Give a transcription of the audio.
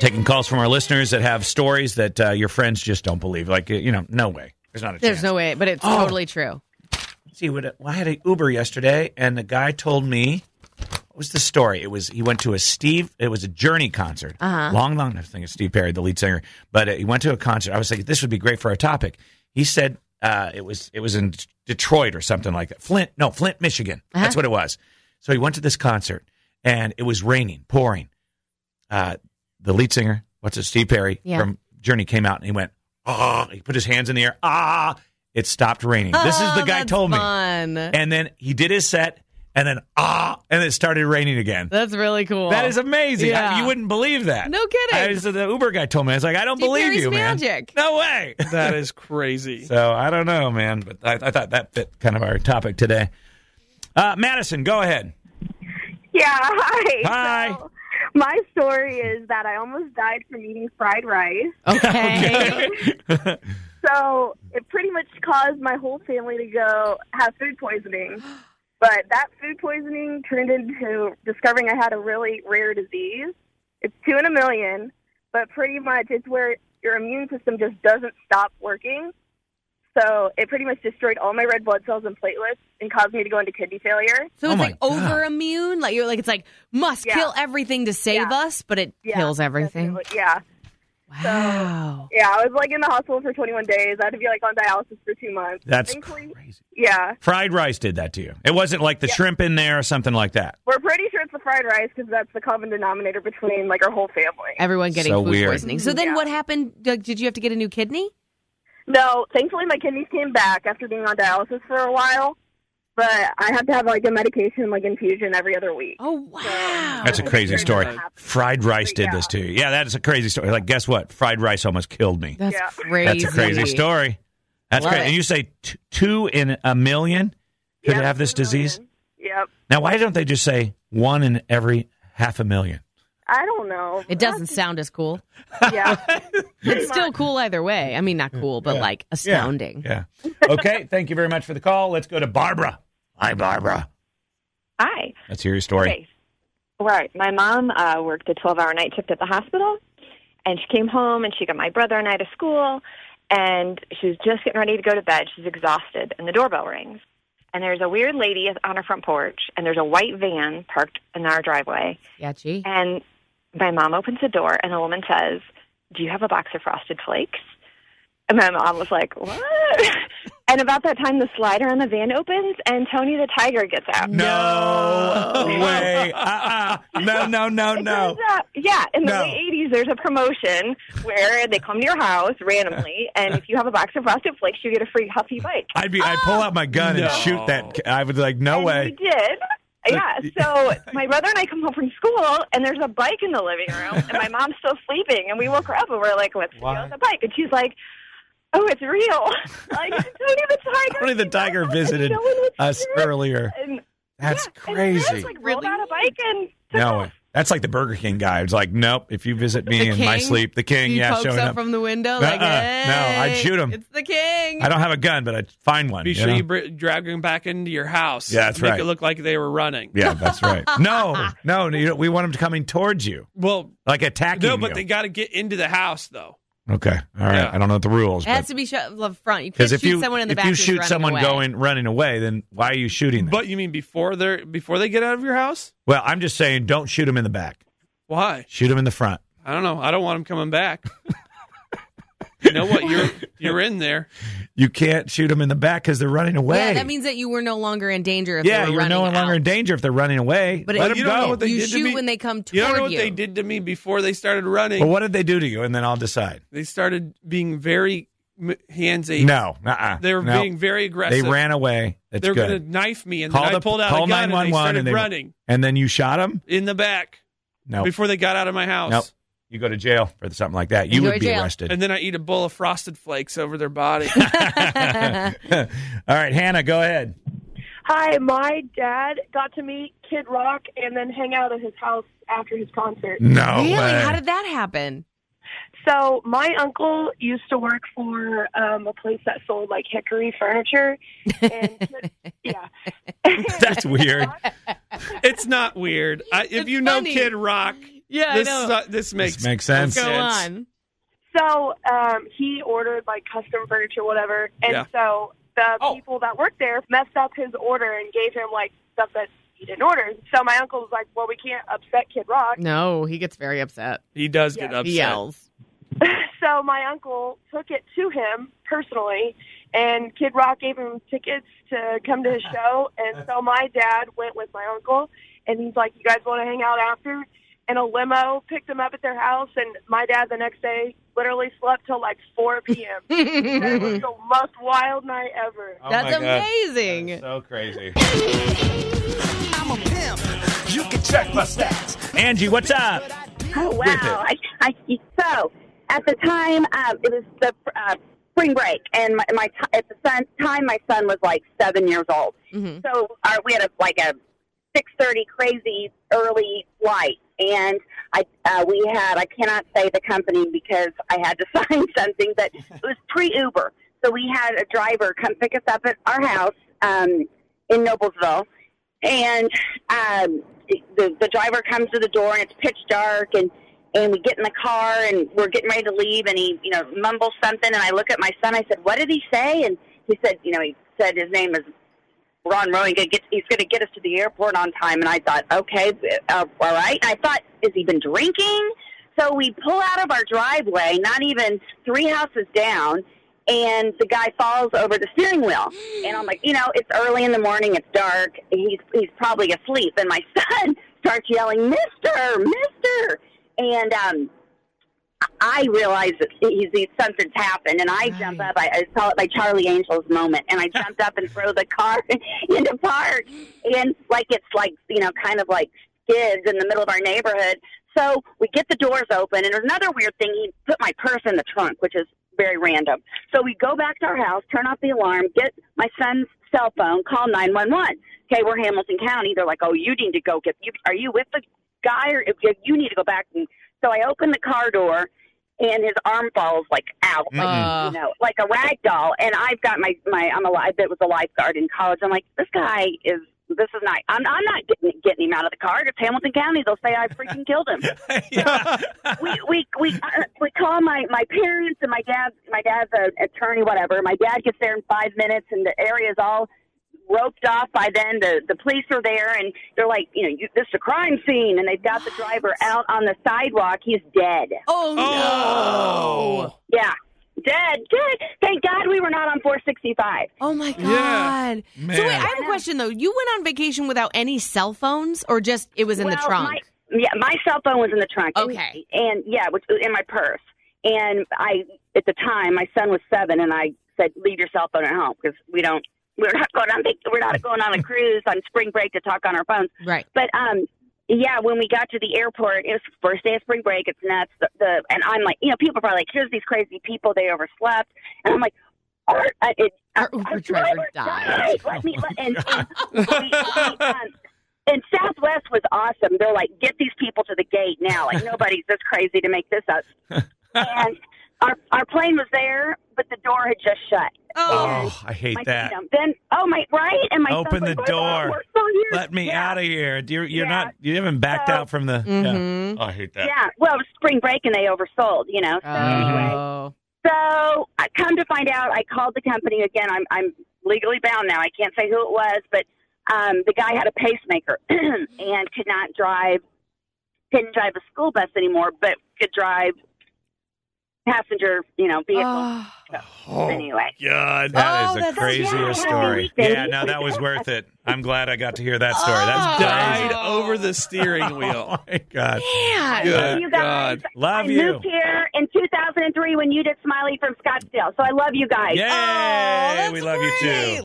Taking calls from our listeners that have stories that uh, your friends just don't believe. Like, you know, no way. There's not a There's chance. no way, but it's Oh. totally true. See, what, well, I had an Uber yesterday, and the guy told me what was the story? It was he went to a Steve. It was a Journey concert. Uh-huh. Long, long. I think it's Steve Perry, the lead singer. But uh, he went to a concert. I was like, this would be great for our topic. He said uh, it was it was in Detroit or something like that. Flint, no, Flint, Michigan. Uh-huh. That's what it was. So he went to this concert, and it was raining, pouring. Uh, the lead singer, what's it, Steve Perry Yeah. from Journey, came out and he went ah. He put his hands in the air. Ah. It stopped raining. this is the Oh, guy that's told me. fun. And then he did his set, and then ah, and it started raining again. That's really cool. That is amazing. Yeah. I- you wouldn't believe that. No I, kidding. so the Uber guy told me, I was like, I don't Steve believe Perry's you, magic. man. No way. That is crazy. so I don't know, man. But I, I thought that fit kind of our topic today. Uh, Madison, go ahead. Yeah, hi. Hi. So, my story is that I almost died from eating fried rice. okay. So it pretty much caused my whole family to go have food poisoning. But that food poisoning turned into discovering I had a really rare disease. It's two in a million, but pretty much it's where your immune system just doesn't stop working. So it pretty much destroyed all my red blood cells and platelets and caused me to go into kidney failure. So Oh it's my like over immune, like you're like it's like must Yeah. kill everything to save Yeah. us, but it Yeah, kills everything. definitely. Yeah. Wow. Yeah, I was like in the hospital for 21 days. I had to be like on dialysis for two months. That's Thankfully- crazy. yeah. Fried rice did that to you. It wasn't like the shrimp in there or something like that. We're pretty sure it's the fried rice because that's the common denominator between like our whole family. Everyone getting So food weird. poisoning. So then Yeah. what happened? Like, did you have to get a new kidney? No, thankfully my kidneys came back after being on dialysis for a while, but I have to have like a medication like infusion every other week. Oh wow. That's a crazy story. Fried rice did Yeah. this to you. Yeah, that is a crazy story. Like, guess what? Fried rice almost killed me. That's Yeah. crazy. That's a crazy story. That's Love crazy. it. And you say t- two in a million could Yeah, have this two million. disease. Yep. Now, why don't they just say one in every half a million? I don't know. It doesn't sound as cool. yeah. It's still cool either way. I mean, not cool, but Yeah. like astounding. Yeah. Okay. Thank you very much for the call. Let's go to Barbara. Hi, Barbara. Hi. Let's hear your story. Okay. Right. My mom uh, worked a 12 hour night shift at the hospital, and she came home and she got my brother and I to school, and she was just getting ready to go to bed. She's exhausted, and the doorbell rings. And there's a weird lady on her front porch, and there's a white van parked in our driveway. Yeah, gee. And my mom opens the door, and the woman says, Do you have a box of frosted flakes? And my mom was like, What? and about that time, the slider on the van opens, and Tony the tiger gets out. No way. Uh-uh. No, no, no, It no. turns out- yeah, in the No. late eighties, there's a promotion where they come to your house randomly, and if you have a box of frosted flakes, you get a free Huffy bike. I'd be. I'd pull out my gun No. and shoot that. c- I would like. No and way. We did. Yeah, so my brother and I come home from school, and there's a bike in the living room, and my mom's still sleeping, and we woke her up, and we're like, "What's the deal Why? with the bike?" And she's like, "Oh, it's real. Like Tony the tiger. Only the came out, tiger and visited no one was us here, Uh, earlier. and- That's yeah, and Chris, crazy. like rolled Really? out a bike and took No off. way. That's like the Burger King guy. It's like, nope. If you visit me in my sleep, the king. He yeah, pokes showing up, up. from the window. Uh-uh. Like, No, I'd "Hey, shoot him." It's the king. I don't have a gun, but I'd find one. Be you sure know? you br- drag them back into your house. Yeah, that's Make right. it look like they were running. Yeah, that's right. No, no, no, you don't- we want them coming towards you, Well, like attacking no, but they you. got to get into the house though. okay, all right. Yeah. I don't know the rules, It has to be shot up front. You can't because shoot if you someone in the if back. you who's shoot running someone away. going running away, then why are you shooting them? But you mean before they're before they get out of your house? well, I'm just saying, don't shoot them in the back. Why? Shoot them in the front. I don't know. I don't want them coming back. you know what? You're you're in there. You can't shoot them in the back because they're running away. Yeah, that means that you were no longer in danger. If Yeah, they were you're no running longer out. in danger if they're running away. But Let it- them you go. don't know what they you did to shoot me. when they come toward You don't know what you. they did to me before they started running. well, what did they do to you? And then I'll decide. They started being very m- handsy. No, uh-uh. they were no. being very aggressive. They ran away. That's They were good. going to knife me, and Call then I the- pulled out call a gun and they 911 started and they- running and then you shot them. in the back No, before they got out of my house. Nope. you go to jail for something like that. You You go would to be jail. arrested. And then I eat a bowl of frosted flakes over their body. All right, Hannah, go ahead. Hi, my dad got to meet Kid Rock and then hang out at his house after his concert. No really? way. How did that happen? So my uncle used to work for um, a place that sold like hickory furniture, and yeah, That's weird. it's not weird. I, if It's you know funny. Kid Rock, Yeah, this, I know. uh, this makes This makes sense. Go on. So um, he ordered like custom furniture, whatever, and Yeah. so the Oh. people that worked there messed up his order and gave him like stuff that he didn't order. So my uncle was like, "Well, we can't upset Kid Rock." No, he gets very upset. He does get Yeah. upset. He yells. so my uncle took it to him personally, and Kid Rock gave him tickets to come to his show. And so my dad went with my uncle, and he's like, "You guys want to hang out after?" And a limo picked them up at their house, and my dad the next day literally slept till like 4 p.m. And it was That's the most wild night ever. Oh amazing. So crazy. I'm a pimp. You can check my stats. Angie, what's up? Oh wow! with I, I, so at the time, um, it was the uh, spring break, and my, my t- at the son, time my son was like seven years old. Mhm. So our, we had a, like a six thirty crazy early flight, and I uh, we had I cannot say the company because I had to sign something, but it was pre Uber. So we had a driver come pick us up at our house um, in Noblesville, and um, the the driver comes to the door and it's pitch dark and and we get in the car and we're getting ready to leave and he you know mumbles something and I look at my son I said what did he say and he said you know he said his name is Ron Rowan gonna get he's going to get us to the airport on time and I thought okay uh, all right and I thought has he been drinking so we pull out of our driveway not even three houses down and the guy falls over the steering wheel. And I'm like, you know, it's early in the morning, it's dark, he's he's probably asleep. And my son starts yelling, Mister, Mister, and um, I realize that he's, he's something's happened, and I jump Right. up. I, I call it my Charlie Angels moment, and I jumped up and throw the car into park, and like it's like you know, kind of like skids in the middle of our neighborhood. So we get the doors open, and there's another weird thing. He put my purse in the trunk, which is very random. So we go back to our house, turn off the alarm, get my son's cell phone, call 911. Okay, we're Hamilton County. They're like, oh, you need to go get, you, are you with the guy or if you, you need to go back? And so I open the car door and his arm falls like out, like, Uh, you know, like a rag doll. And I've got my, my, I'm a, li- I bit was a lifeguard in college. I'm like, this guy is, this is not, I'm, I'm not getting, getting him out of the car. It's Hamilton County. They'll say I freaking killed him we we we uh, we call my my parents and my dad my dad's an attorney whatever my dad gets there in five minutes and the area's all roped off by then the the police are there and they're like you know you, this is a crime scene and they've got the driver out on the sidewalk he's dead oh, no. Oh. yeah dead dead thank god we were not on 465 Oh my god. Yeah. Uh, So wait, Man. I have a question though. You went on vacation without any cell phones or just it was in the Well, trunk? My, yeah, my cell phone was in the trunk. Okay. And, and yeah, which in my purse. And I, at the time, my son was seven, and I said, "Leave your cell phone at home because we don't, we're not going on, vac- we're not going on a cruise on spring break to talk on our phones." right. But um, yeah, when we got to the airport, it was the first day of spring break. It's nuts. The, the and I'm like, you know, people are probably like, here's these crazy people. They overslept, and I'm like, our, uh, it, Our Uber driver died. Let me let, and, and, we- we, um, and Southwest was awesome. They're like, get these people to the gate now. Like nobody's this crazy to make this up. and our our plane was there, but the door had just shut. Oh, Oh, I hate My, that. you know, then oh my right, and my son's Open like, the "What about door. work phone here?" Let me Yeah. out of here. You're, you're Yeah. not. You haven't backed So- out from the. Mhm. Yeah. Oh, I hate that. Yeah, well, it was spring break and they oversold, you know. So anyway, Oh. so I come to find out, I called the company again. I'm I'm legally bound now. I can't say who it was, but um, the guy had a pacemaker and could not drive, couldn't drive a school bus anymore, but could drive passenger, you know, vehicles. Oh. anyway, God. That is Oh, a that's- crazier yeah. story. Happy Yeah, no, that was worth it. I'm glad I got to hear that story. Oh. That's Died crazy. Oh. over the steering wheel. Oh my god. Man. Good Love you guys. God. I Love you. moved here in 2003 when you did Smiley from Scottsdale, so I love you guys. Yay! that's we love you too. great.